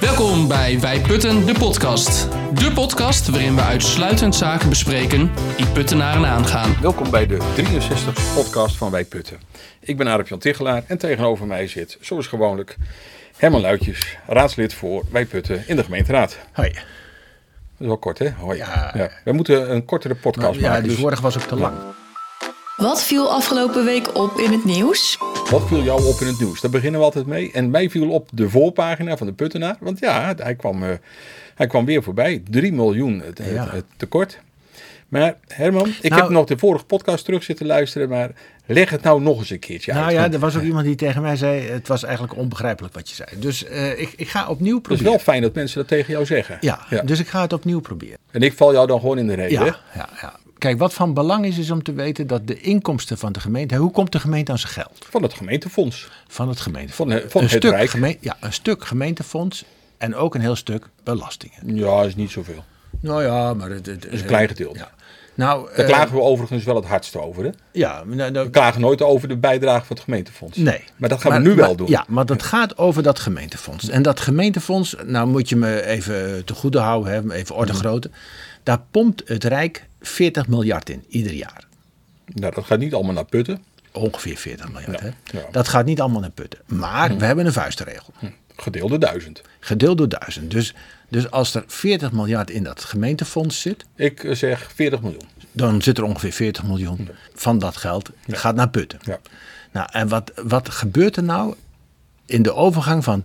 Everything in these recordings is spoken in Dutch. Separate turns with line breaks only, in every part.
Welkom bij Wij Putten, de podcast. De podcast waarin we uitsluitend zaken bespreken die puttenaren aangaan.
Welkom bij de 63 podcast van Wij Putten. Ik ben Arep Jan Tichelaar en tegenover mij zit, zoals gewoonlijk, Herman Luitjes, raadslid voor Wij Putten in de gemeenteraad.
Hoi.
Dat is wel kort, hè? Hoi.
Ja.
We moeten een kortere podcast
ja,
maken.
die
Dus
vorige was ook te lang.
Wat viel afgelopen week op in het nieuws?
wat viel jou op in het nieuws? Daar beginnen we altijd mee. En mij viel op de voorpagina van de Puttenaar. Want ja, hij kwam, eh, hij kwam weer voorbij. 3 miljoen het, het-
Ja.
het tekort. Maar Herman, ik
Nou-
heb nog de vorige podcast terug zitten luisteren. Maar leg het nou nog eens een keertje
Nou
uit.
ja,
want
er was ook iemand die tegen mij zei: het was eigenlijk onbegrijpelijk wat je zei. Dus eh, ik, ik ga opnieuw
het is
proberen.
wel fijn dat mensen dat tegen jou zeggen.
ja, dus ik ga het opnieuw proberen.
En ik val jou dan gewoon in de reden.
Ja, ja, ja. Kijk, wat van belang is, is om te weten dat de inkomsten van de gemeente. Hoe komt de gemeente aan zijn geld?
Van het gemeentefonds.
Van het gemeentefonds.
Van, eh, van
een
het
stuk
Rijk.
geme- ja, een stuk gemeentefonds en ook een heel stuk belastingen.
Ja, is niet zoveel.
Nou ja, maar het, het-
is een
eh,
klein gedeelte.
Ja. Nou,
Daar
eh,
klagen we overigens wel het hardst over. Hè?
ja, nou, nou,
We klagen nooit over de bijdrage van het gemeentefonds.
Nee.
Maar dat gaan we nu wel doen.
Ja, maar dat gaat over dat gemeentefonds. En dat gemeentefonds, nou moet je me even te goede houden, hè, even orde
Mhm.
grootte. Daar pompt het Rijk 40 miljard in, ieder jaar.
Nou, dat gaat niet allemaal naar putten.
Ongeveer 40 miljard.
Ja,
Hè?
ja. Mhm.
Dat gaat niet allemaal naar putten. Maar we hebben een vuistregel.
Gedeelde duizend.
Gedeeld door duizend. Dus, dus als er 40 miljard in dat gemeentefonds zit,
Ik eh, zeg 40 miljoen.
dan zit er ongeveer 40 miljoen van dat geld gaat naar putten.
Ja.
Nou, en wat, wat gebeurt er nou in de overgang van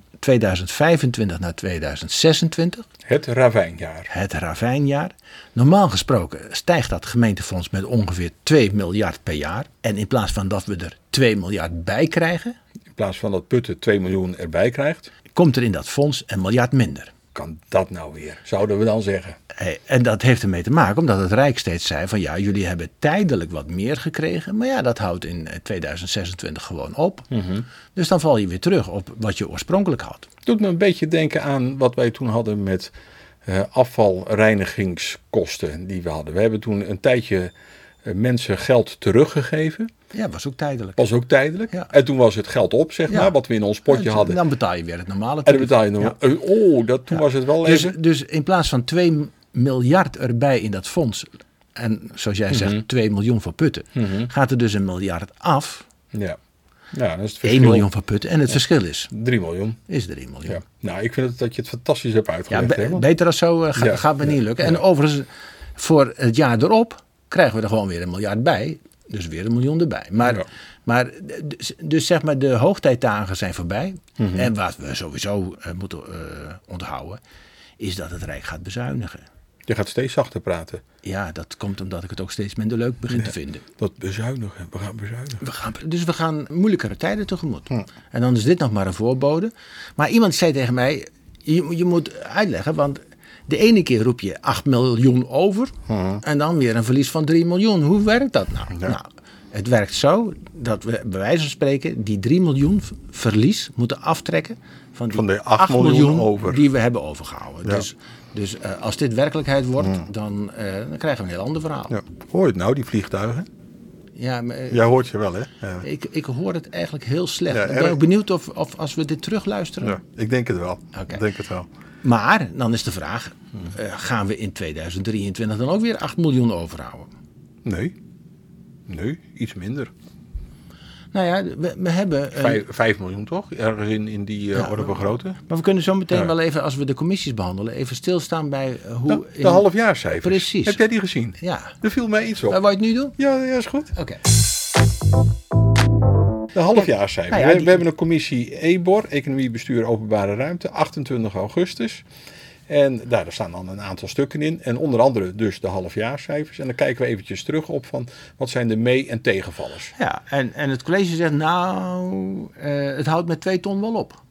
2025 naar 2026,
Het ravijnjaar.
het ravijnjaar? Normaal gesproken stijgt dat gemeentefonds met ongeveer 2 miljard per jaar. En in plaats van dat we er 2 miljard bij krijgen,
In plaats van dat putten 2 miljoen erbij krijgt.
komt er in dat fonds een miljard minder.
Kan dat nou weer? Zouden we dan zeggen.
Hey, Eh, En dat heeft ermee te maken omdat het Rijk steeds zei van ja, jullie hebben tijdelijk wat meer gekregen, maar ja, dat houdt in eh, 2026 gewoon op.
Mhm.
Dus dan val je weer terug op wat je oorspronkelijk had.
Doet me een beetje denken aan wat wij toen hadden met eh, afvalreinigingskosten die we hadden. We hebben toen een tijdje eh, mensen geld teruggegeven.
Ja, was ook tijdelijk.
was ook tijdelijk.
Ja.
En toen was het geld op, zeg
Ja.
maar, wat we in ons potje
En
hadden.
Dan betaal je weer het normale
en dan betaal je nog.
Ja.
eh, Oh, dat, toen was het wel
Dus,
even.
dus in plaats van 2 miljard erbij in dat fonds, en zoals jij
Mhm.
zegt, 2 miljoen voor putten, gaat er dus een miljard af.
Ja. ja, dat is het
1
verschil.
miljoen voor putten. En het verschil is,
3 miljoen.
is er 1 miljoen.
Ja.
Ja.
Nou, ik vind het, dat je het fantastisch hebt uitgelegd.
be-
hè, want-
beter als zo eh, ga-
Ja,
gaat me
ja,
niet lukken. En overigens, voor het jaar erop krijgen we er gewoon weer een miljard bij. Dus weer een miljoen erbij. Maar,
Ja.
maar dus, dus zeg maar, de hoogtijdagen zijn voorbij.
Mhm.
En wat we sowieso eh, moeten eh, onthouden, is dat het Rijk gaat bezuinigen.
Je gaat steeds zachter praten.
Ja, dat komt omdat ik het ook steeds minder leuk begin te vinden.
Dat bezuinigen, we gaan bezuinigen.
We gaan, dus we gaan moeilijkere tijden tegemoet. En dan is dit nog maar een voorbode. Maar iemand zei tegen mij, je, je moet uitleggen, want de ene keer roep je 8 miljoen over en dan weer een verlies van 3 miljoen. Hoe werkt dat nou? nou het werkt zo dat we bij wijze van spreken die 3 miljoen v- verlies moeten aftrekken van, die
Van de 8 miljoen over.
die we hebben overgehouden.
Ja.
Dus, dus eh, als dit werkelijkheid wordt, dan, eh, dan krijgen we een heel ander verhaal. Ja.
Ja. Hoor je het nou, die vliegtuigen?
maar, eh,
Jij hoort ze wel, hè? Ja.
ik, ik hoor het eigenlijk heel slecht.
Ja,
ik ben
erg.
ook benieuwd of, of als we dit terugluisteren.
Ik denk het wel.
Oké.
denk het wel.
Maar dan is de vraag:
Hmm.
eh, gaan we in 2023 dan ook weer 8 miljoen overhouden?
Nee. Nee, iets minder.
Nou ja, we, we hebben. eh,
Vijf, vijf miljoen toch? Ergens in, in die eh, orde van grootte.
maar we kunnen zo meteen
Ja.
wel even, als we de commissies behandelen, even stilstaan bij eh, hoe.
Nou, de
in-
halfjaarcijfers.
Precies.
Heb jij die gezien?
Ja.
Er viel mij iets op.
Nou, wou je het nu doen?
Ja, ja, is goed.
Oké.
De halfjaarcijfers.
Nou ja,
we,
die-
we hebben een commissie EBOR, Economie, Bestuur, Openbare Ruimte, 28 augustus. En daar, daar staan dan een aantal stukken in. En onder andere dus de halfjaarcijfers. En dan kijken we eventjes terug op van wat zijn de mee- en tegenvallers.
Ja, en, en het college zegt: Nou, eh, het houdt met 2 ton wel op.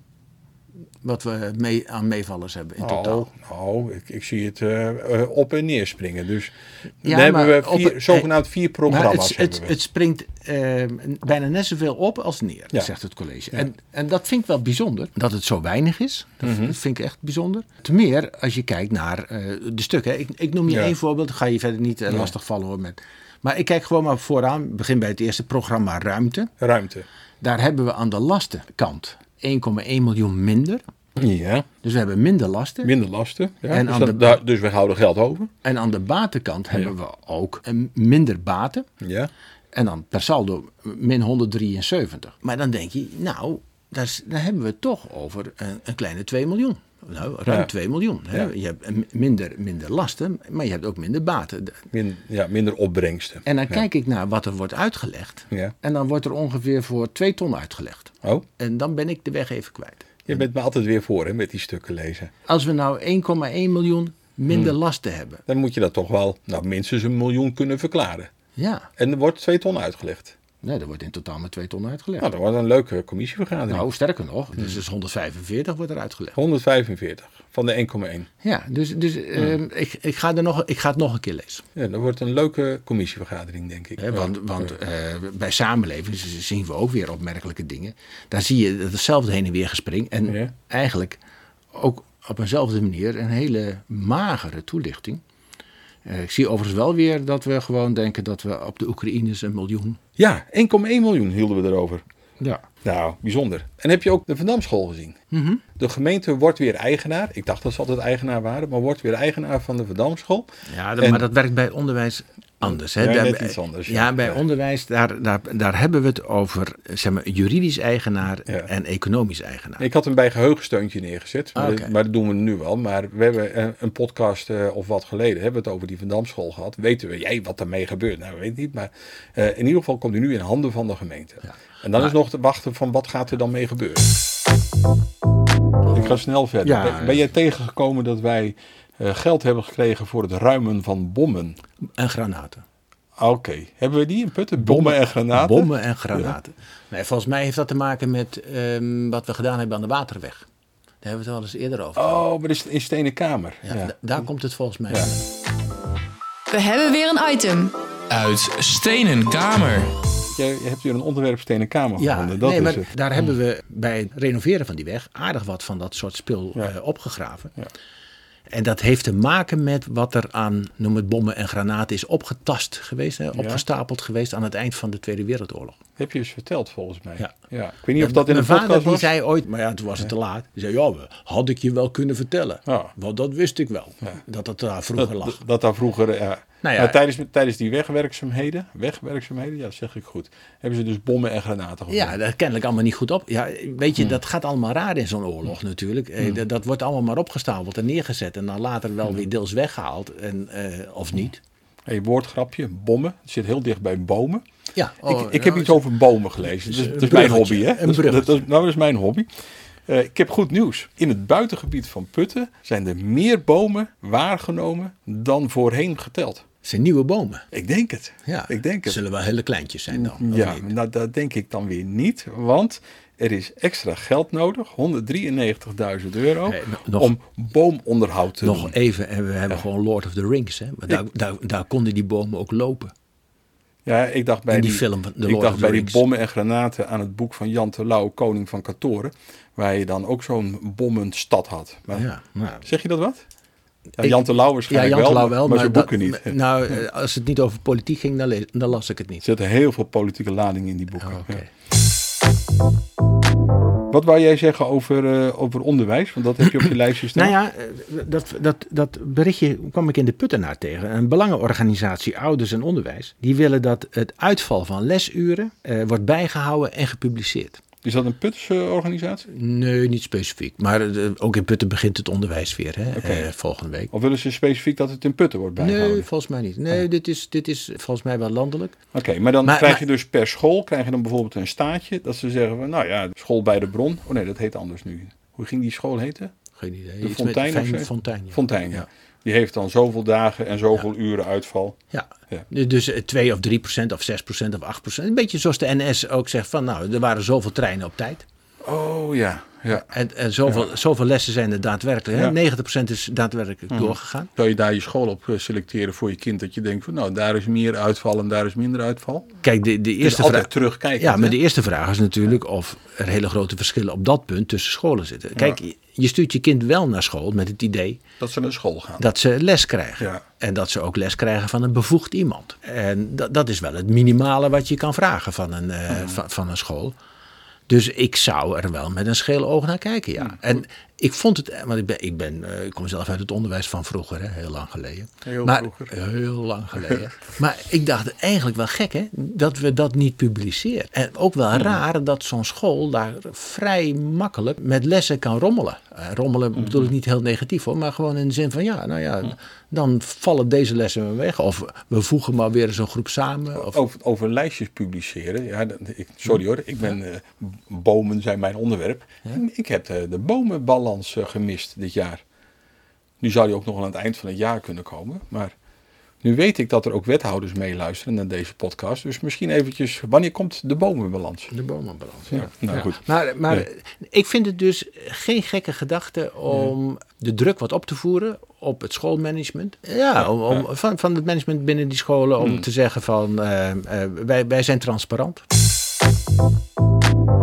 Wat we mee, aan meevallers hebben in
Oh.
totaal.
nou, ik, ik zie het eh, eh, op en neer springen. Dus
Ja,
dan hebben
maar
we vier,
op-
zogenaamd vier
Maar
programma's.
het,
hebben
het,
we.
het springt eh, bijna net zoveel op als neer,
Ja.
zegt het college. En, en dat vind ik wel bijzonder, dat het zo weinig is. Dat
Mhm.
v- vind ik echt bijzonder. Te meer als je kijkt naar eh, de stukken. hè. Ik, ik noem je
Ja.
één voorbeeld, ga je verder niet eh, lastig lastigvallen hoor. Met, maar ik kijk gewoon maar vooraan, begin bij het eerste programma Ruimte.
Ruimte.
Daar hebben we aan de lastenkant 1,1 miljoen minder.
Ja,
Dus we hebben minder lasten.
minder lasten. Ja.
En
dus,
aan
dan-
de-
daar- dus we houden geld over.
En aan de batenkant hebben we ook een minder baten.
Ja.
En dan per saldo min 173. Maar dan denk je, nou, daar, is- daar hebben we het toch over een, een kleine 2 miljoen. Nou, ruim
Ja.
2 miljoen. Hè?
Ja.
Je hebt een- minder, minder lasten, maar je hebt ook minder baten. De-
Min, ja, minder opbrengsten.
En dan kijk ik naar wat er wordt uitgelegd.
Ja.
En dan wordt er ongeveer voor 2 ton uitgelegd.
Oh,
En dan ben ik de weg even kwijt.
je bent me altijd weer voor hè, met die stukken lezen.
Als we nou 1,1 miljoen minder lasten hebben.
Dan moet je dat toch wel nou, minstens een miljoen kunnen verklaren.
Ja,
En er wordt twee ton uitgelegd.
nee, er wordt in totaal maar 2 ton uitgelegd.
Nou, dat wordt een leuke commissievergadering.
Nou, sterker nog, dus is 145 wordt er uitgelegd.
145 van de 1,1.
Ja, dus, dus ehm, ik, ik, ga er nog, ik ga het nog een keer lezen.
Ja, dat wordt een leuke commissievergadering, denk ik.
Hè, want want eh, bij samenleving z- zien we ook weer opmerkelijke dingen. Daar zie je dat hetzelfde heen en weer gespring. En
Ja.
eigenlijk ook op eenzelfde manier een hele magere toelichting. Eh, ik zie overigens wel weer dat we gewoon denken dat we op de Oekraïners een miljoen.
Ja, 1,1 miljoen hielden we erover.
Ja.
Nou, bijzonder. En heb je ook de Van Damschool gezien? De gemeente wordt weer eigenaar. Ik dacht dat ze altijd eigenaar waren, maar wordt weer eigenaar van de Van Damschool.
Ja,
En-
maar dat werkt bij onderwijs anders. Hè?
Ja,
Daar-
net iets anders, ja.
Ja, bij
Ja.
onderwijs, daar, daar, daar hebben we het over eh, zeg maar, juridisch eigenaar
Ja.
en economisch eigenaar.
Ik had hem bij geheugensteuntje neergezet, maar,
Oké.
dat, maar dat doen we nu wel. Maar we hebben eh, een podcast eh, of wat geleden hebben we het over die Van Damschool gehad. Weten we jij wat daarmee gebeurt? Nou, weet ik niet. Maar eh, in ieder geval komt hij nu in handen van de gemeente. En dan is nog te wachten van wat gaat er dan mee gebeuren. Ik ga snel verder.
Ja.
ben, ben jij tegengekomen dat wij eh, geld hebben gekregen voor het ruimen van bommen? Ah,
En granaten.
Oké, hebben we die in putten? Bommen, en granaten?
Bommen en granaten. Nee, volgens mij heeft dat te maken met ehm, wat we gedaan hebben aan de waterweg. Daar hebben we het wel eens eerder over. gehad.
Oh, maar dat is in Stenen Kamer.
Ja,
Ja.
da- Daar komt het volgens mij.
Ja.
van.
We hebben weer een item.
Uit Stenen Kamer.
Jij hebt hier een onderwerp Stenen Kamer
Ja,
gevonden. Nou, Dat
nee,
is
maar
het. Mm.
daar hebben we bij het renoveren van die weg aardig wat van dat soort spul
Ja.
eh, opgegraven.
Ja.
En dat heeft te maken met wat er aan, noem het bommen en granaten, is opgetast geweest, hè, opgestapeld geweest aan het eind van de Tweede Wereldoorlog.
Heb je eens verteld volgens mij. Ja.
Ja.
Ik weet niet of dat in
Mijn
een
vader
podcast
die
was.
zei ooit, maar ja, toen was het te laat. Die zei, ja, we- had ik je wel kunnen vertellen.
Ja.
Want dat wist ik wel, dat het daar vroeger lag.
dat, dat daar vroeger, ja.
Nou ja.
Maar tijdens, tijdens die wegwerkzaamheden, wegwerkzaamheden, ja, dat zeg ik goed, hebben ze dus bommen en granaten gegooid.
Ja, dat kennelijk allemaal niet goed op. Ja, weet je, dat gaat allemaal raar in zo'n oorlog natuurlijk. Eh, dat, dat wordt allemaal maar opgestapeld en neergezet. En dan later wel weer deels weggehaald. En, eh, of niet.
Hey, woordgrapje, bommen, het zit heel dicht bij bomen.
Ja, oh,
ik ik heb
nou,
iets over bomen gelezen, dat is,
een
dat is mijn
bruggetje,
hobby. Hè?
een
Dat is- Dat, dat,
bruggetje.
nou, dat is mijn hobby. Eh, ik heb goed nieuws. In het buitengebied van Putten zijn er meer bomen waargenomen dan voorheen geteld.
het zijn nieuwe bomen.
Ik denk het.
Ja,
Ik denk het.
Zullen wel hele kleintjes zijn dan. of
Ja,
niet?
nou, dat denk ik dan weer niet, want er is extra geld nodig, 193.000 euro,
Hey, nog-
om boomonderhoud te
Nog
doen.
even, en we hebben gewoon Lord of the Rings. Hè? Maar daar, daar, daar konden die bomen ook lopen.
Ja, ik dacht bij
e- in die
die,
film van The Lord
ik dacht
of the
bij die
Rings.
bommen en granaten aan het boek van Jan Terlouw, Koning van Katoren, waar je dan ook zo'n bommend stad had. Maar,
Ja, nou.
Zeg je dat wat? Ja,
Ik-
Jan Terlouw waarschijnlijk
Jan Terlouw
wel, maar, maar zijn
dat-
boeken niet. Er
Nou, eh, als het niet over politiek ging, dan, le- dan las ik het niet.
zit heel veel politieke lading in die boeken.
Oh, Oké.
Ja. Wat wou jij zeggen over, eh, over onderwijs? Want dat heb je op je lijstje staan.
Nou ja, eh, dat, dat, dat berichtje kwam ik in de Puttenaar tegen. Een belangenorganisatie Ouders en Onderwijs. Die willen dat het uitval van lesuren eh, wordt bijgehouden en gepubliceerd.
Is dat een Putse organisatie?
Nee, niet specifiek. Maar eh, ook in Putten begint het onderwijs weer hè, eh, volgende week.
Of willen ze specifiek dat het in putten wordt bijgehouden? Oh.
Nee, volgens mij niet. Nee, dit is, dit is volgens mij wel landelijk.
Oké, maar dan
Maar-
krijg je
maar-
dus per school, krijg je dan bijvoorbeeld een staatje, dat ze zeggen van, nou ja, school bij de bron. Oh nee, dat heet anders nu. Hoe ging die school heten?
Geen
De
idee. Iets met
Fontein of
Fijn-
zo?
Fontein, ja.
Fontein, ja. Die heeft dan zoveel dagen en zoveel uren uitval.
Ja.
Ja.
dus eh, 2 of 3 procent of 6 procent of 8 procent. Een beetje zoals de NS ook zegt van nou, er waren zoveel treinen op tijd.
Oh ja, ja.
En, en zoveel, zoveel lessen zijn er daadwerkelijk. Hè?
Ja. Mhm.
90% is daadwerkelijk doorgegaan.
Zou je daar je school op eh, selecteren voor je kind? Dat je denkt van, nou, daar is meer uitval en daar is minder uitval.
Kijk, de, de
Dus
eerste
altijd
vraag.
terugkijken.
Ja, maar de eerste vraag is natuurlijk of er hele grote verschillen op dat punt tussen scholen zitten. Kijk, je stuurt je kind wel naar school met het idee
Dat ze naar school gaan.
dat ze les krijgen.
Ja.
En dat ze ook les krijgen van een bevoegd iemand. En dat, dat is wel het minimale wat je kan vragen van een,
Mhm. Hmm.
eh, van, van een school. Dus ik zou er wel met een scheel oog naar kijken, ja. En Ik vond het, want ik, ben, ik, ben, eh, ik kom zelf uit het onderwijs van vroeger, hè, heel lang geleden.
Heel
maar,
vroeger.
Heel lang geleden. maar ik dacht eigenlijk wel gek hè, dat we dat niet publiceren. En ook
Hmm.
wel raar dat zo'n school daar vrij makkelijk met lessen kan rommelen. Eh, rommelen
Hmm.
bedoel ik niet heel negatief hoor, maar gewoon in de zin van ja, nou ja, dan vallen deze lessen weer weg. Of we voegen maar weer eens een groep samen. Of,
Over, over lijstjes publiceren. Ja, dat- ik, sorry hoor, ik ben, eh, bomen zijn mijn onderwerp. En Ik heb de, de bomenbalans eh, gemist dit jaar. Nu zou die ook nog wel aan het eind van het jaar kunnen komen. Maar nu weet ik dat er ook wethouders meeluisteren naar deze podcast. Dus misschien eventjes, wanneer komt de bomenbalans?
de bomenbalans.
Ja, nou goed.
Maar, maar
Nee.
ik vind het dus geen gekke gedachte om de druk wat op te voeren op het schoolmanagement. Ja, om, om- Van, van het management binnen die scholen
Mm.
om te zeggen van eh, eh, wij, wij zijn transparant.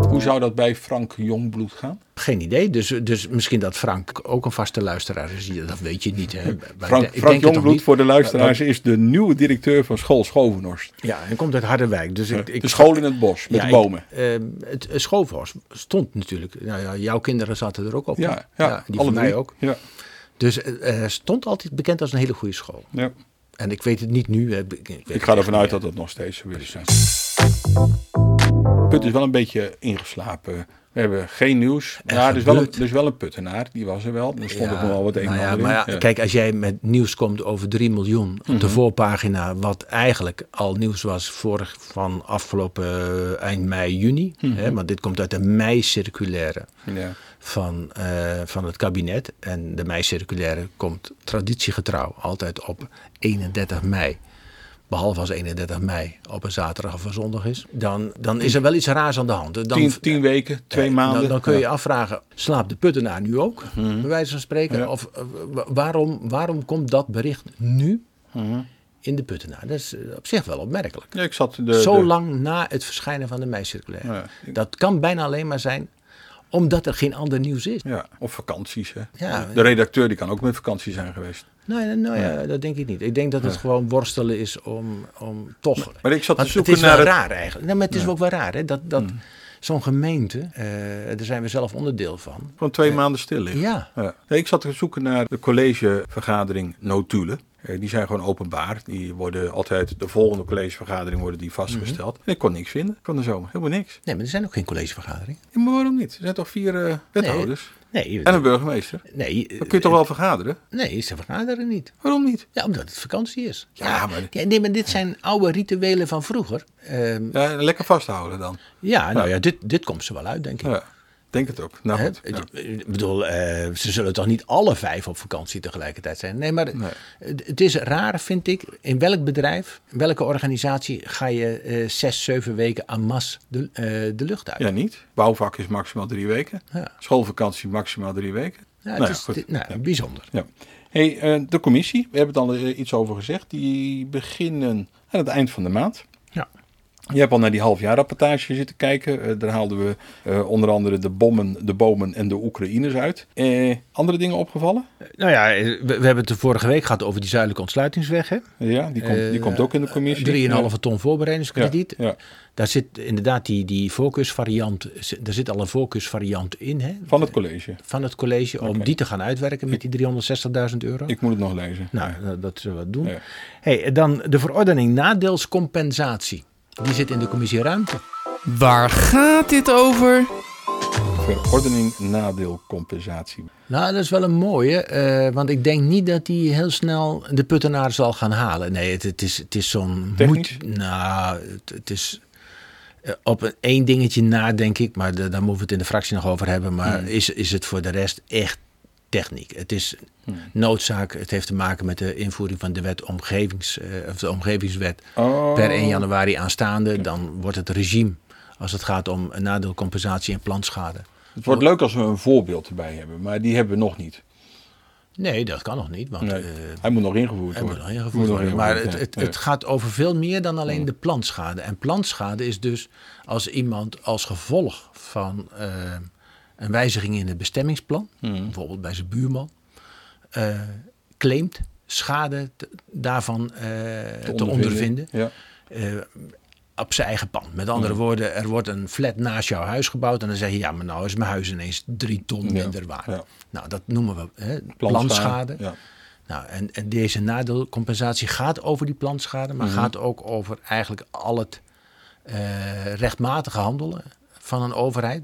Hoe zou dat bij Frank Jongbloed gaan?
Geen idee. Dus, dus misschien dat Frank ook een vaste luisteraar is. Ja, Dat weet je niet. Hè. Maar ik
Frank,
denk het
Frank
toch
Jongbloed,
niet.
voor de luisteraars, is de nieuwe directeur van school Schovenhorst.
Ja, hij komt uit Harderwijk. Dus ik, ik,
De school in het bos, met
ja,
de
ik-
bomen.
eh, het eh, schoolhorst stond natuurlijk. Nou ja, jouw kinderen zaten er ook op.
ja, ja,
die
alle
van mij
drie.
ook.
Ja,
Dus eh, eh, stond altijd bekend als een hele goede school.
ja.
En ik weet het niet nu. hè. Ik, ik weet
Ik ga
het
ervan uit
echt niet.
dat dat nog steeds zo is. Put is wel een beetje ingeslapen. We hebben geen nieuws.
Er
Ja, er is wel een,
gebeurt.
er is wel een puttenaar. Die was er wel. Er stond ook nog wel wat een
nou
en
ja,
ander
maar
in.
ja,
Ja. Mhm.
Kijk, als jij met nieuws komt over 3 miljoen op de voorpagina, wat eigenlijk al nieuws was vorig, van afgelopen eh, eind mei, juni.
Mhm.
Hè, want dit komt uit de mei-circulaire
Ja.
van, eh, van het kabinet. En de mei-circulaire komt traditiegetrouw altijd op 31 mei. Behalve als 31 mei op een zaterdag of een zondag is. Dan, dan is er wel iets raars aan de hand. Dan,
Tien, tien weken, twee
Nee,
maanden.
Dan, dan kun je
Ja. Mhm.
afvragen, slaapt de puttenaar nu ook? Bij wijze van spreken.
Ja.
Of eh, wa- waarom, waarom komt dat bericht nu
Mhm.
in de puttenaar? Dat is eh, op zich wel opmerkelijk.
Ja, ik zat de,
Zo
de-
lang na het verschijnen van de mei-circulaire.
Ja, ik-
Dat kan bijna alleen maar zijn omdat er geen ander nieuws is.
Ja, of vakanties. Hè.
Ja.
de redacteur die kan ook met vakantie zijn geweest.
Nou, ja,
Oh
nou ja, dat denk ik niet. Ik denk dat het gewoon worstelen is om, om toch...
Maar ik zat te
Want
zoeken
het is
naar
wel
het- Mm.
raar eigenlijk. Nee, maar het is ook wel raar hè, dat, dat zo'n gemeente, eh, daar zijn we zelf onderdeel van...
Gewoon twee maanden stil liggen.
Ja.
Nee, ik zat te zoeken naar de collegevergadering notulen. Eh, die zijn gewoon openbaar. Die worden altijd, de volgende collegevergadering worden die vastgesteld.
Mhm.
En ik kon niks vinden van de zomer. Helemaal niks.
Nee, maar er zijn ook geen collegevergaderingen.
Ja, maar waarom niet? Er zijn toch vier eh, wethouders?
Nee,
En een burgemeester?
nee, eh,
Dan kun je toch wel vergaderen?
nee, ze vergaderen niet.
Waarom niet?
Ja, omdat het vakantie is.
Ja, maar-
nee, maar dit zijn oude rituelen van vroeger. Ehm,
Ja, lekker vasthouden dan.
ja, nou ja, dit, dit komt ze wel uit, denk ik.
Ja, denk het ook. Nou
Hè?
goed. ja.
Ik- Ik bedoel, eh, ze zullen toch niet alle vijf op vakantie tegelijkertijd zijn? Nee, maar
Nee.
het, het is raar, vind ik. In welk bedrijf, welke organisatie ga je eh, zes, zeven weken aan mas de, eh, de lucht uit?
Ja, niet. Bouwvak is maximaal drie weken.
Ja.
Schoolvakantie maximaal drie weken.
Ja, het
Nou ja,
is
goed.
dit- nou, bijzonder.
Ja. Hey, eh, de commissie, we hebben het al eh, iets over gezegd. Die beginnen aan het eind van de maand.
Ja.
Je hebt al naar die halfjaarrapportage zitten kijken. Eh, daar haalden we eh, onder andere de bommen, de bomen en de Oekraïners uit. Eh, andere dingen opgevallen?
Nou ja, eh, we, we hebben het de vorige week gehad over die zuidelijke ontsluitingsweg. Hè?
Ja, die komt, die
Eh,
komt ook in de commissie.
3,5 ton
Ja,
voorbereidingskrediet.
ja.
Daar zit inderdaad die, die voorkeursvariant, zit- daar zit al een voorkeursvariant in hè,
Van het college.
van het college om die te gaan uitwerken met die 360.000 euro.
Ik moet het nog lezen.
nou, dat- dat zullen we doen.
Ja.
Hey, dan de verordening nadeelscompensatie. Die zit in de commissie ruimte.
Waar gaat dit over?
Verordening nadeelcompensatie.
Nou, dat is wel een mooie, eh, want ik denk niet dat hij heel snel de puttenaar zal gaan halen. Nee, het, het is, het is zo'n
Technisch?
moet. Nou, het, het is eh, op een, één dingetje na, denk ik, maar da- daar moeten we het in de fractie nog over hebben. Maar
Hmm.
is, is het voor de rest echt techniek? Het is
Hmm.
noodzaak, het heeft te maken met de invoering van de wet omgevings, eh, of de omgevingswet
Oh.
per 1 januari aanstaande. Dan wordt het regime, als het gaat om nadeelcompensatie en plantschade.
Het wordt leuk als we een voorbeeld erbij hebben, maar die hebben we nog niet.
Nee, dat kan nog niet, want...
Nee.
eh,
hij moet nog ingevoerd
Er moet
worden.
nog ingevoerd
Moet nog
worden. Maar
ingevoerd
het, het,
worden,
het gaat over veel meer dan alleen de plantschade. En plantschade is dus als iemand als gevolg van eh, een wijziging in het bestemmingsplan, bijvoorbeeld bij zijn buurman, eh, claimt schade te- daarvan eh, te,
ja.
ondervinden.
Ja.
Eh, op zijn eigen pand. Met
Mm.
andere woorden, er wordt een flat naast jouw huis gebouwd. En dan zeg je, ja, maar nou is mijn huis ineens drie ton minder waard.
ja.
Nou, dat noemen we hè, plantschade.
Ja.
Nou, en, en deze nadeelcompensatie gaat over die plantschade,
Mhm.
maar gaat ook over eigenlijk al het eh, rechtmatige handelen van een overheid,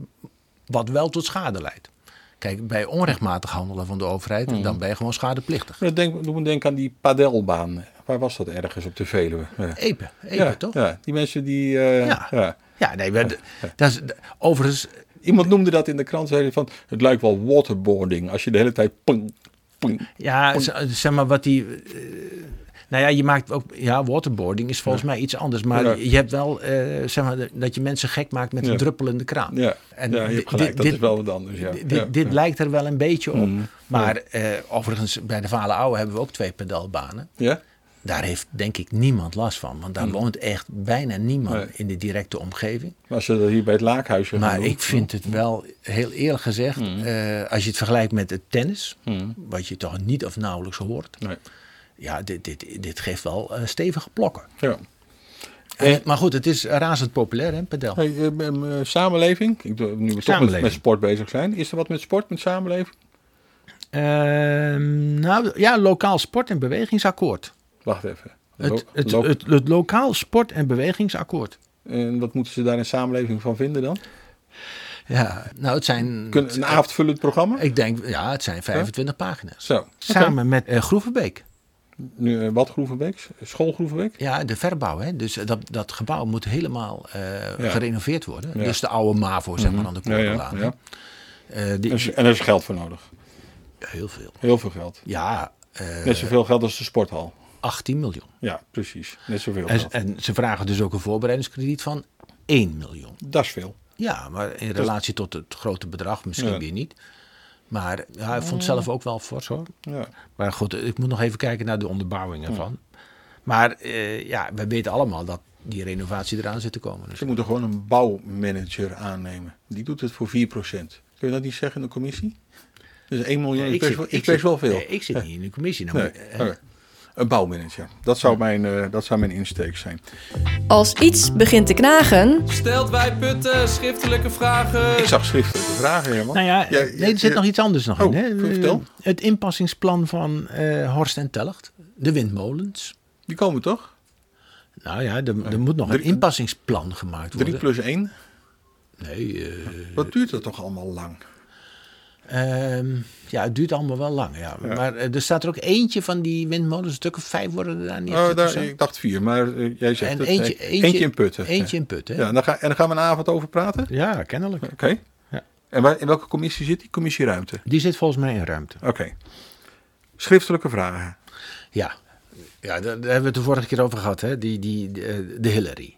wat wel tot schade leidt. Kijk, bij onrechtmatig handelen van de overheid,
Mhm.
dan ben je gewoon schadeplichtig.
Maar dat denk, doet me denken aan die padelbaan. Waar was dat ergens op de Veluwe? Ja.
Epe, Epe
ja,
toch? Ja,
Ja, die mensen die... eh,
Ja.
ja.
nee, we, dat is, overigens,
Iemand noemde dat in de krant. Zei van, het lijkt wel waterboarding. Als je de hele tijd... Pong, pong.
ja, z- zeg maar wat die... eh, nou ja, je maakt ook... Ja, waterboarding is volgens mij iets anders. Maar
Ja.
je hebt wel, eh, zeg maar, dat je mensen gek maakt met
Ja.
een druppelende kraan.
Ja.
En
ja, je
dit-
hebt gelijk. dat
dit-
is wel wat anders. Ja.
D- dit
Ja.
dit lijkt er wel een beetje op.
Mm.
Maar eh, overigens, bij de Vale Ouwe hebben we ook twee pedalbanen.
Ja?
Daar heeft denk ik niemand last van. Want daar woont echt bijna niemand
Mhm. Nee.
in de directe omgeving.
Maar als ze dat hier bij het laakhuis eh, gaan
Maar
doen.
ik vind het wel, heel eerlijk gezegd,
Mhm.
eh, als je het vergelijkt met het tennis, wat je toch niet of nauwelijks hoort.
Nee.
Ja, dit, dit, dit geeft wel eh, stevige plokken.
Ja.
Eh, maar goed, het is razend populair, hè, pedal.
Hey, eh, m- m- eh, samenleving. Ik, doe- nu we toch met,
Samenleving.
met sport bezig zijn. Is er wat met sport, met samenleving?
Ehm, Eh, nou ja, lokaal sport- en bewegingsakkoord.
Wacht even.
Het,
Lo-
het,
lo-
het, het lokaal sport- en bewegingsakkoord.
En wat moeten ze daar in samenleving van vinden dan?
Ja, nou het zijn...
Kunnen, een avondvullend programma?
Ik denk, ja, het zijn 25 pagina's.
Zo.
Samen met eh Groevenbeek.
Nu, eh, wat Groevenbeek? School Groevenbeek?
Ja, de verbouw. Hè? Dus dat, dat gebouw moet helemaal eh,
Ja.
gerenoveerd worden.
Ja.
Dus de oude MAVO, zeg maar, aan de Kortelaan.
ja.
Eh,
Er
die
is- En er is geld voor nodig.
Heel veel.
Heel veel geld.
Ja, eh,
Net zoveel geld als de sporthal.
18 miljoen.
Ja, precies. Net zoveel
En,
geld.
en ze vragen dus ook een voorbereidingskrediet van 1 miljoen.
Dat is veel.
Ja, maar in relatie tot het grote bedrag misschien
Ja.
weer niet. Maar ja, ik vond het zelf ook wel fors hoor.
Ja.
Maar goed, ik moet nog even kijken naar de onderbouwing ervan. Maar eh, ja, we weten allemaal dat die renovatie eraan zit te komen. Dus
Ze moeten gewoon een bouwmanager aannemen. Die doet het voor 4%. Kun je dat niet zeggen in de commissie? Dus 1 miljoen is
Ik
best,
zit-
wel, is
ik
best
zit-
wel veel.
nee, ik zit niet in de commissie. Nou,
Nee,
maar, eh,
oké. Een bouwmanager. Dat zou, mijn, eh, dat zou mijn insteek zijn.
Als iets begint te knagen,
Stelt wij putten schriftelijke vragen.
Ik zag schriftelijke vragen, Herman.
Nou ja,
Ja,
nee, er zit
ja,
nog iets anders nog
Oh,
in. Hè? Eh,
vertel.
Het inpassingsplan van eh, Horst en Telgt, de windmolens.
Die komen toch?
Nou ja, er, er moet nog
Drie-
een inpassingsplan gemaakt
3
worden.
plus 1.
Nee, eh,
Wat duurt dat toch allemaal lang?
Ehm, ja, het duurt allemaal wel lang. Ja. Maar eh, er staat er ook eentje van die windmolens, stukken vijf worden er daar niet.
Oh, daar, ik dacht vier, maar eh, jij zegt
en
het.
eentje,
eh,
eentje,
in putten.
Eentje in putten. hè?
Ja, en, dan ga, en dan gaan we een avond over praten? Oké.
Ja, kennelijk. Ja.
En waar, in welke commissie zit die? Commissie Ruimte.
Die zit volgens mij in ruimte.
Oké. Schriftelijke vragen.
Ja, ja daar, daar hebben we het de vorige keer over gehad, hè? Die, die, de, eh, de Hillary.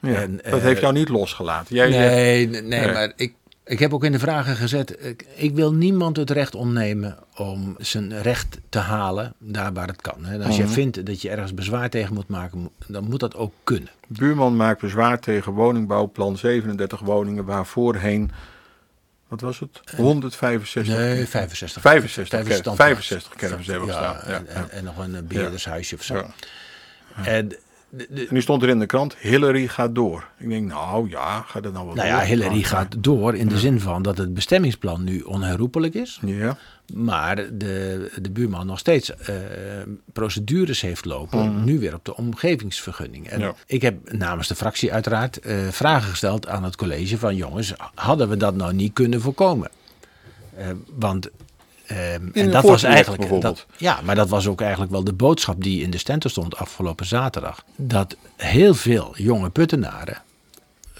Ja,
En,
dat
eh,
heeft jou niet losgelaten. Jij zegt,
Nee, nee, nee,
Nee.
maar ik, ik heb ook in de vragen gezet, ik, ik wil niemand het recht ontnemen om zijn recht te halen daar waar het kan. Hè? En Als
Mhm.
je vindt dat je ergens bezwaar tegen moet maken, mo- dan moet dat ook kunnen.
buurman maakt bezwaar tegen woningbouwplan 37 woningen waar voorheen, wat was het? 165.
Eh, Nee, 65.
65
Tijdens
kerk-
standplaats.
65 kermis hebben we staan, ja,
en,
ja.
en- en nog een eh, beheerdershuisje of zo.
Ja.
En de- de-
En nu stond er in de krant, Hillary gaat door. Ik denk, nou ja, gaat dat nou wel
nou
door?
ja, Hillary
Ah,
gaat door in de zin van dat het bestemmingsplan nu onherroepelijk is.
Ja,
Maar de, de buurman nog steeds eh, procedures heeft lopen. Nu weer op de omgevingsvergunning. En
Hmm. Ja.
ik heb namens de fractie uiteraard eh, vragen gesteld aan het college. Van jongens, hadden we dat nou niet kunnen voorkomen? Eh, want... ehm, en dat was
voorterecht
eigenlijk,
bijvoorbeeld.
dat, ja, maar dat was ook eigenlijk wel de boodschap die in de stenten stond afgelopen zaterdag. Dat heel veel jonge puttenaren,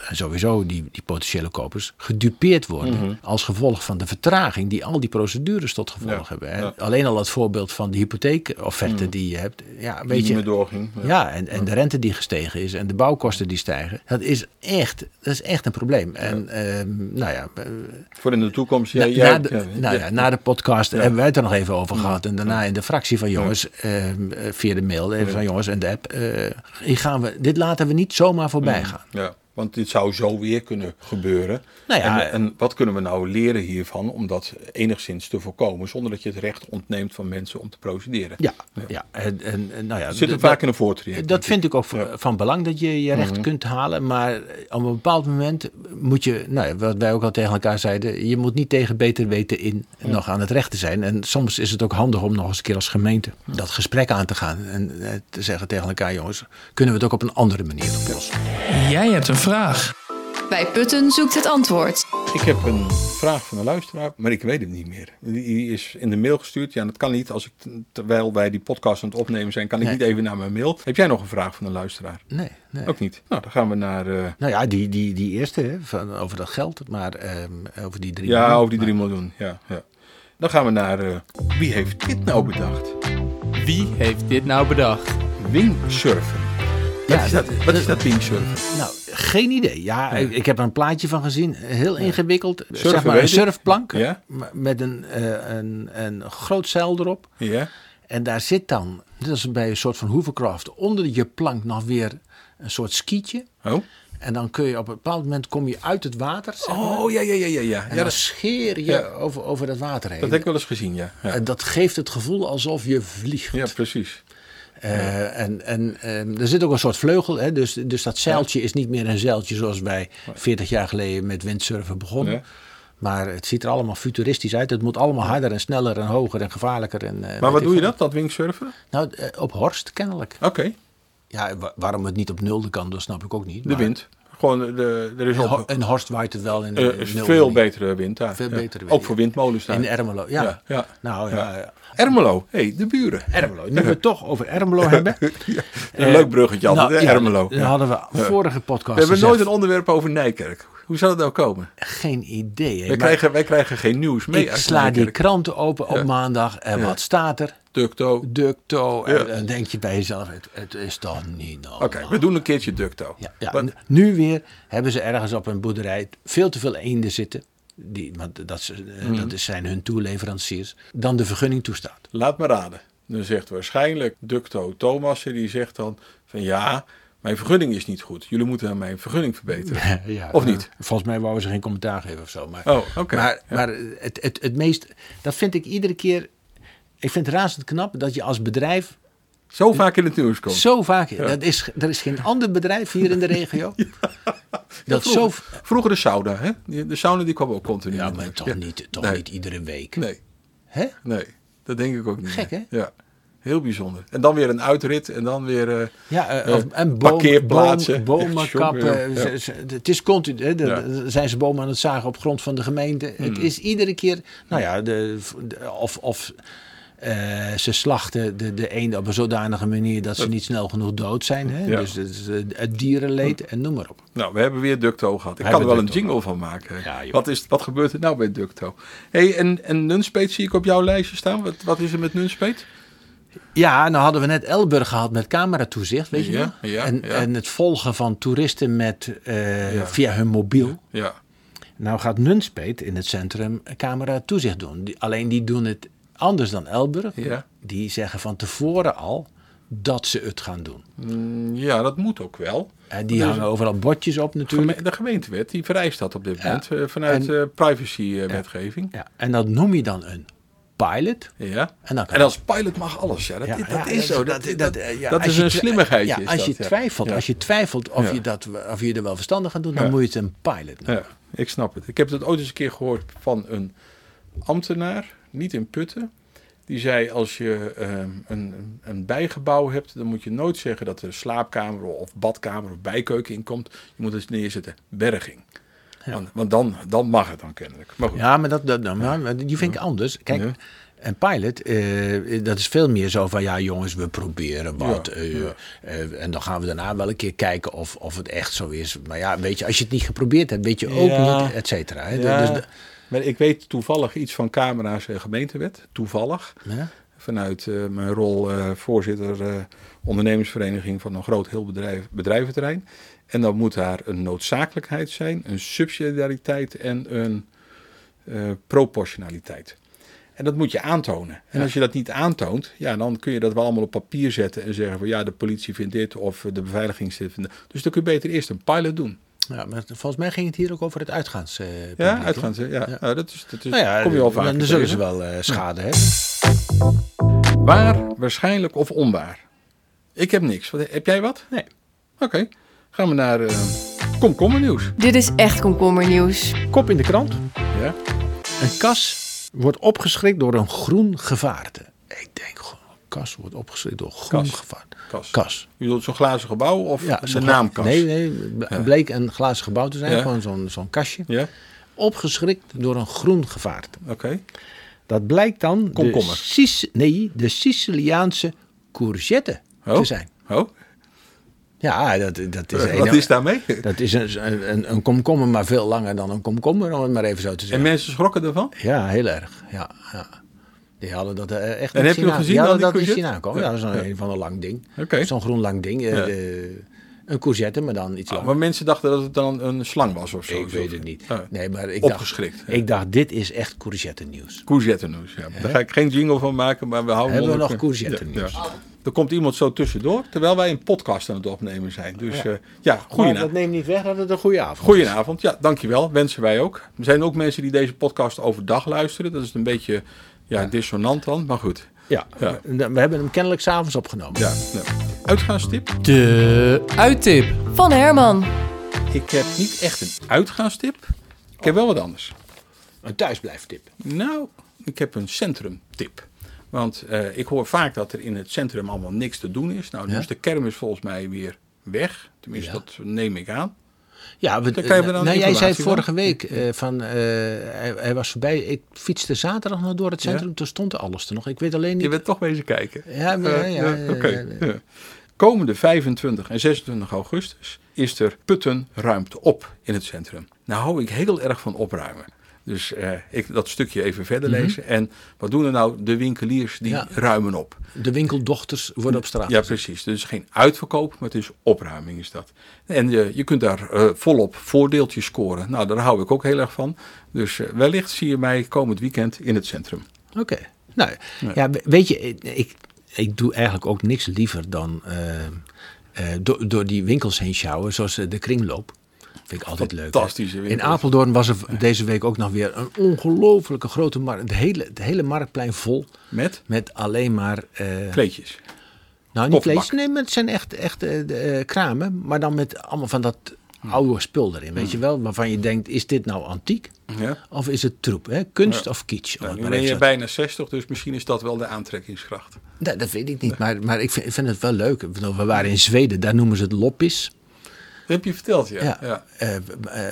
en sowieso die, die potentiële kopers, gedupeerd worden.
Mhm.
Als gevolg van de vertraging die al die procedures tot gevolg
Ja,
hebben. hè.
ja. Mhm.
Alleen al dat voorbeeld van de hypotheekofferte die je hebt. Ja,
die
weet
niet meer
je.
doorging. Ja.
Ja, en, en de rente die gestegen is en de bouwkosten die stijgen. Dat is echt, dat is echt een probleem. En ehm, nou ja, eh,
Voor in de toekomst.
na,
jij-
na
jij-
de,
ja,
nou
ja.
ja, na de podcast hebben wij het er nog even over gehad. En daarna in de fractie van jongens, ehm,
Mhm.
eh, via de mail, even van jongens en de app. eh, hier gaan we, dit laten we niet zomaar voorbij gaan.
Ja. Want dit zou zo weer kunnen gebeuren.
Nou ja,
en, en wat kunnen we nou leren hiervan om dat enigszins te voorkomen, zonder dat je het recht ontneemt van mensen om te procederen?
Ja, ja. En, en, en, nou ja
Het zit
d-
er vaak
dat-
in een Mhm. voortraject.
Dat vind ik ook v- van belang dat je je recht kunt halen. Maar op een bepaald moment moet je, nou, ja, wat wij ook al tegen elkaar zeiden, je moet niet tegen beter weten in nog aan het rechten zijn. En soms is het ook handig om nog eens een keer als gemeente dat gesprek aan te gaan. En eh, te zeggen tegen elkaar, jongens, kunnen we het ook op een andere manier oplossen?
Jij hebt een vraag.
Bij Putten zoekt het antwoord.
Ik heb een vraag van een luisteraar, maar ik weet hem niet meer. Die is in de mail gestuurd. Ja, dat kan niet. Als ik, terwijl wij die podcast aan het opnemen zijn, kan ik
Nee.
niet even naar mijn mail. Heb jij nog een vraag van een luisteraar?
Nee, nee.
Ook niet. Nou, dan gaan we naar. eh,
Nou ja, die, die, die eerste hè, van, over dat geld, maar ehm, over die drie.
ja,
miljoen.
over die 3 miljoen. Ja, ja. Dan gaan we naar. eh, wie heeft dit nou bedacht?
Wie heeft dit nou bedacht?
Wingsurfen. Wat,
Ja,
is, dat, wat is dat wingsurfen?
Nou, geen idee. Ja, ik, ik heb er een plaatje van gezien. Heel ingewikkeld. zeg
Surfen
maar een
weet ik.
surfplank
Ja.
m- met een, eh, een, een groot zeil erop.
Ja.
En daar zit dan, net als bij een soort van hovercraft, onder je plank nog weer een soort skietje.
Oh.
En dan kun je op een bepaald moment kom je uit het water. zeg maar.
Oh, ja, ja, ja, ja. ja.
en
ja
dan
dat,
scheer je
Ja.
over, over dat water heen.
dat heb ik wel eens gezien, ja. Ja,
En dat geeft het gevoel alsof je vliegt.
ja precies.
Eh, en en ehm, er zit ook een soort vleugel. Hè? Dus, dus dat zeiltje is niet meer een zeiltje zoals wij 40 jaar geleden met windsurfen begonnen.
Nee.
Maar het ziet er allemaal futuristisch uit. Het moet allemaal harder en sneller en hoger en gevaarlijker. En, eh, weet
Maar wat
ik
doe je
veel.
dat, dat wingsurfen?
Nou, eh, op Horst kennelijk.
Oké,
Ja, wa- waarom het niet op nulde kan, dat snap ik ook niet.
de
maar-
wind. Gewoon, de, er is
En, Nou, Ho-
op,
en Horst waait het wel in
Eh,
de
is
nulde
veel
niet.
betere wind daar.
Veel
Ja.
betere wind.
Ook voor windmolens daar.
In Erm- Ermelo, ja.
Ja, ja.
Nou ja, ja.
Ermelo, hé, hey, de buren.
Ermelo. Nu we het toch over Ermelo hebben.
Een leuk bruggetje altijd,
Nou,
hè,
ja,
Ermelo.
Daar
Ja.
hadden we vorige podcast
We hebben
gezegd,
nooit een onderwerp over Nijkerk. Hoe zou dat nou komen?
geen idee. hè,
Wij,
maar-
krijgen, wij krijgen geen nieuws mee
Ik
uit
sla die
Nijkerk.
krant open op maandag en wat staat er?
Ducto. Oké,
Ducto. En
Ja.
dan denk je bij jezelf, het, het is toch niet normaal.
we doen een keertje Ducto.
Oh. Ja, ja,
Wat-
n- Nu weer hebben ze ergens op een boerderij veel te veel eenden zitten. Die, want dat, ze, eh,
Mhm.
dat is- zijn hun toeleveranciers. Dan de vergunning toestaat.
Laat me raden. Dan zegt waarschijnlijk Ducto Thomassen, die zegt dan van ja, mijn vergunning is niet goed. Jullie moeten mijn vergunning verbeteren.
Ja,
Of niet?
eh, Volgens mij wouden ze geen commentaar geven of zo. Maar,
Oh, oké.
maar, maar het, het, het meest, dat vind ik iedere keer. Ik vind het razend knap dat je als bedrijf
Zo vaak in het nieuws komt.
Zo vaak. Dat is, er is geen ander bedrijf hier in de regio. Dat zo.
vroeger, vroeger de sauna, hè? Die- De sauna die kwam ook continu.
Ja,
in.
maar toch, niet, toch
Nee.
niet iedere week.
Nee,
Hè?
nee, dat denk ik ook niet.
Gek,
meer.
hè?
Ja, heel bijzonder. En dan weer een uitrit en dan weer... eh,
Ja, eh,
Eh,
of- en boom,
parkeerplaatsen.
boom-
Echt,
bomen
jongen,
kappen.
ja.
Ze- ze- Het is continu. Hè, de-
Ja. Hmm.
de- Zijn ze bomen aan het zagen op grond van de gemeente? Het is iedere keer. Nou ja, de, de- of. of eh, ze slachten de, de eenden op een zodanige manier dat ze niet snel genoeg dood zijn. Hè?
Ja.
Dus het, is, eh, het dierenleed en noem maar op.
nou, we hebben weer Ducto gehad. Ik
We
kan er wel
hebben
een
Ducto
jingle van maken.
Ja, joh.
wat, is, wat gebeurt er nou bij Ducto? hey, en, en Nunspeet zie ik op jouw lijstje staan. Wat, wat is er met Nunspeet?
Ja, nou hadden we net Elburg gehad met cameratoezicht, weet je
Ja,
wel?
ja,
en,
ja.
en het volgen van toeristen met, eh,
Ja.
via hun mobiel.
Ja,
Nou gaat Nunspeet in het centrum cameratoezicht doen. Die- alleen die doen het anders dan Elburg.
ja.
Die zeggen van tevoren al dat ze het gaan doen.
Mm, ja, dat moet ook wel.
En die hangen overal bordjes op natuurlijk.
Geme- De gemeentewet die vereist dat op dit moment eh, vanuit
En-
privacy-wetgeving.
Ja, en dat noem je dan een pilot.
Ja.
En dan kan
En als pilot mag alles, ja. Dat,
Ja,
dat
ja,
is zo. Dat, dat, dat,
eh, ja, als
is
je
een
twi-
slimmigheidje.
Ja,
is
als,
dat,
je
ja.
twijfelt,
Ja.
als je twijfelt of,
Ja.
je dat, of je er wel verstandig gaat doen, dan
Ja.
moet je het een pilot noemen.
Ja, ik snap het. Ik heb dat ooit eens een keer gehoord van een ambtenaar, niet in Putten. Die zei, als je ehm, een, een bijgebouw hebt, dan moet je nooit zeggen dat er slaapkamer of badkamer of bijkeuken in komt. Je moet eens neerzetten, berging. Want, want dan, dan mag het dan kennelijk. Maar goed,
Ja, maar dat, dat, nou, maar die vind ik anders. Kijk,
Ja.
een pilot, eh, dat is veel meer zo van... ja, jongens, we proberen wat.
Ja,
eh,
ja.
eh, en dan gaan we daarna wel een keer kijken of, of het echt zo is. Maar ja, weet je, als je het niet geprobeerd hebt... weet je ook
Ja.
niet, et cetera. hè.
Ja,
Dus de-
maar ik weet toevallig iets van camera's en gemeentewet. Toevallig.
ja.
Vanuit eh, mijn rol eh, voorzitter eh, ondernemersvereniging van een groot heel bedrijf, bedrijventerrein. En dan moet daar een noodzakelijkheid zijn, een subsidiariteit en een eh, proportionaliteit. En dat moet je aantonen. En als je dat niet aantoont, ja, dan kun je dat wel allemaal op papier zetten en zeggen van ja, de politie vindt dit of de beveiliging vindt dat. Dus dan kun je beter eerst een pilot doen.
Ja, maar volgens mij ging het hier ook over het uitgaanspubliek.
Ja, uitgaans. Ja.
Ja.
Nou, dat is, dat is,
Nou ja,
kom je al
dan-
vaak
Dan zullen ze wel eh, schade hebben.
Waar, waarschijnlijk of onwaar? Ik heb niks. Wat, heb jij wat?
Nee.
Oké. Gaan we naar eh komkommernieuws.
Dit is echt komkommernieuws.
Kop in de krant.
Ja.
Een kas wordt opgeschrikt door een groen gevaarte. Ik denk, goh, een kas wordt opgeschrikt door groen
Kas.
gevaarte.
Kas.
kas.
Je bedoelt zo'n glazen gebouw of de
zo'n-
naamkast?
Nee, nee, het bleek een glazen gebouw te zijn.
Ja.
Gewoon zo'n zo'n kastje.
Ja,
Opgeschrikt door een groen gevaarte.
oké.
Dat blijkt dan de,
Komkommer.
Sic- nee, de Siciliaanse courgette
Oh.
te zijn. nou-
Oh,
Ja, dat, dat is,
eh,
een-
wat is daarmee?
dat is een, een, een komkommer, maar veel langer dan een komkommer, om het maar even zo te
En
zeggen.
mensen schrokken ervan?
Ja, heel erg. Ja, ja. Die hadden dat eh, echt
En
in
heb je
China-
hem gezien
die
dan, die
hadden dat in
courgette?
China komen. Ja, dat is een, een van een lang ding.
Oké.
Zo'n groen lang ding. eh,
Ja. Ah,
de- een courgette, maar dan iets langer.
maar mensen dachten dat het dan een slang was of zo.
ik weet het niet.
Oh.
Nee, maar ik
Opgeschrikt,
Dacht,
ja.
ik dacht, dit is echt courgette nieuws.
Courgette nieuws, ja. Daar ga ik geen jingle van maken, maar we houden
Hebben we
onder-
nog courgette nieuws?
Er komt iemand zo tussendoor, terwijl wij een podcast aan het opnemen zijn. Dus ja, ja
Maar dat
goedenavond.
neemt niet weg dat het een goede avond is.
Goedenavond, ja, dankjewel. Wensen wij ook. Er zijn ook mensen die deze podcast overdag luisteren. Dat is een beetje ja, dissonant dan, maar goed.
Ja, Nou,
Ja.
we hebben hem kennelijk s'avonds opgenomen.
Ja, nou. Uitgaanstip?
De uittip.
Van Herman.
Ik heb niet echt een uitgaanstip. Ik heb wel wat anders.
Een thuisblijftip.
Nou, ik heb een centrumtip. Want eh, ik hoor vaak dat er in het centrum allemaal niks te doen is. Nou, nu
Ja.
is de kermis volgens mij weer weg. Tenminste,
Ja.
dat neem ik aan.
Ja, we,
Dan krijgen we dan
nou, jij zei
informatie van.
vorige week eh, van, eh, hij, hij was voorbij. Ik fietste zaterdag nog door het centrum. Toen stond alles er nog. Ik weet alleen
Je
niet.
bent toch bezig kijken.
Ja, maar-
Eh,
ja, ja,
eh, oké.
ja, ja.
Ja. Komende 25 en 26 augustus is er puttenruimte op in het centrum. Nou hou ik heel erg van opruimen. Dus eh, ik dat stukje even verder lezen. En wat doen er nou de winkeliers die
Mhm. Ja.
ruimen op?
De winkeldochters worden op straat.
Ja, precies. Dus geen uitverkoop, maar het is opruiming is dat. En je, je kunt daar eh, volop voordeeltjes scoren. Nou, daar hou ik ook heel erg van. Dus eh, wellicht zie je mij komend weekend in het centrum.
Oké. Nou, ja, we- weet je, ik- ik, ik doe eigenlijk ook niks liever dan eh, eh, door, door die winkels heen sjouwen, zoals eh, de kringloop. Vind ik altijd leuk. hè.
Fantastische winkels.
In Apeldoorn was er v- deze week ook nog weer een ongelofelijke grote markt. Het hele, het hele marktplein vol
Met
met alleen maar eh,
kleedjes.
Nou, niet
Kofferbak.
vlees. Nee, maar het zijn echt, echt eh, de, eh, kramen. Maar dan met allemaal van dat oude spul erin. Weet je wel? Waarvan je denkt, is dit nou antiek?
Ja.
Of is het troep? Hè? Kunst of kitsch? Om
Nou,
het
nu
maar
ben
even
je
zo-
bijna 60, dus misschien is dat wel de aantrekkingskracht.
Nee, dat weet ik niet. Maar, maar ik, vind, ik vind het wel leuk. Ik bedoel, We waren in Zweden. Daar noemen ze het loppis.
Dat heb je verteld, ja.
Ja.
ja.
Eh,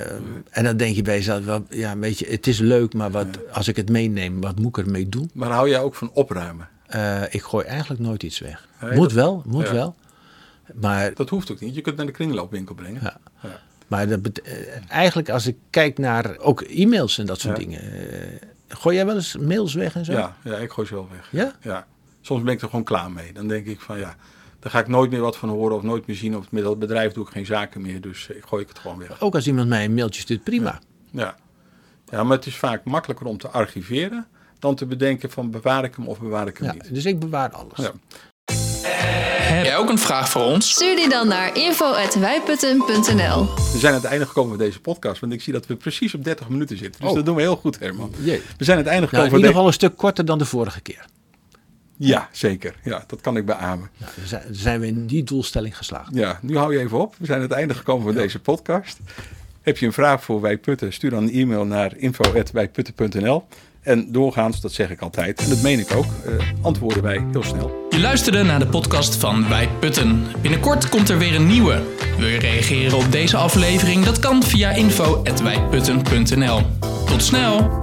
eh, en dan denk je bij jezelf, wel, ja, weet je, het is leuk. Maar wat, als ik het meeneem, wat moet ik ermee doen?
Maar hou jij ook van opruimen?
Eh, ik gooi eigenlijk nooit iets weg.
Nee,
moet
dat-
wel, moet
ja.
wel. Maar
Dat hoeft ook niet. Je kunt het naar de kringloopwinkel brengen.
Ja. Maar dat bet- eh, eigenlijk als ik kijk naar ook e-mails en dat soort
Ja.
dingen. eh, gooi jij wel eens mails weg en zo?
Ja, ja, ik gooi ze wel weg.
Ja?
Soms ben ik er gewoon klaar mee. Dan denk ik van ja, daar ga ik nooit meer wat van horen of nooit meer zien. Of met dat bedrijf doe ik geen zaken meer, dus eh, ik gooi ik het gewoon weg.
Ook als iemand mij een mailtje stuurt, prima.
Ja. ja, maar het is vaak makkelijker om te archiveren dan te bedenken van bewaar ik hem of bewaar ik hem
Ja,
niet.
dus ik bewaar alles.
Ja.
Heb jij ook een vraag voor ons?
Stuur die dan naar info.wijputten.nl
We zijn aan het einde gekomen met deze podcast, want ik zie dat we precies op 30 minuten zitten. Dus
Oh.
dat doen we heel goed, Herman.
Jee.
We zijn aan het einde gekomen
Nou, in
van
ieder
deze...
geval een stuk korter dan de vorige keer.
Ja, zeker. Ja, dat kan ik beamen.
Nou, dan zijn- dan zijn we in die doelstelling geslaagd.
Ja, nu hou je even op. We zijn aan het einde gekomen van deze podcast. Heb je een vraag voor Wij Putten? Stuur dan een e-mail naar info.wijputten.nl. En doorgaans, dat zeg ik altijd, en dat meen ik ook, eh, antwoorden wij heel snel.
Je luisterde naar de podcast van Wij Putten. Binnenkort komt er weer een nieuwe. Wil je reageren op deze aflevering? Dat kan via info.wijputten.nl. Tot snel!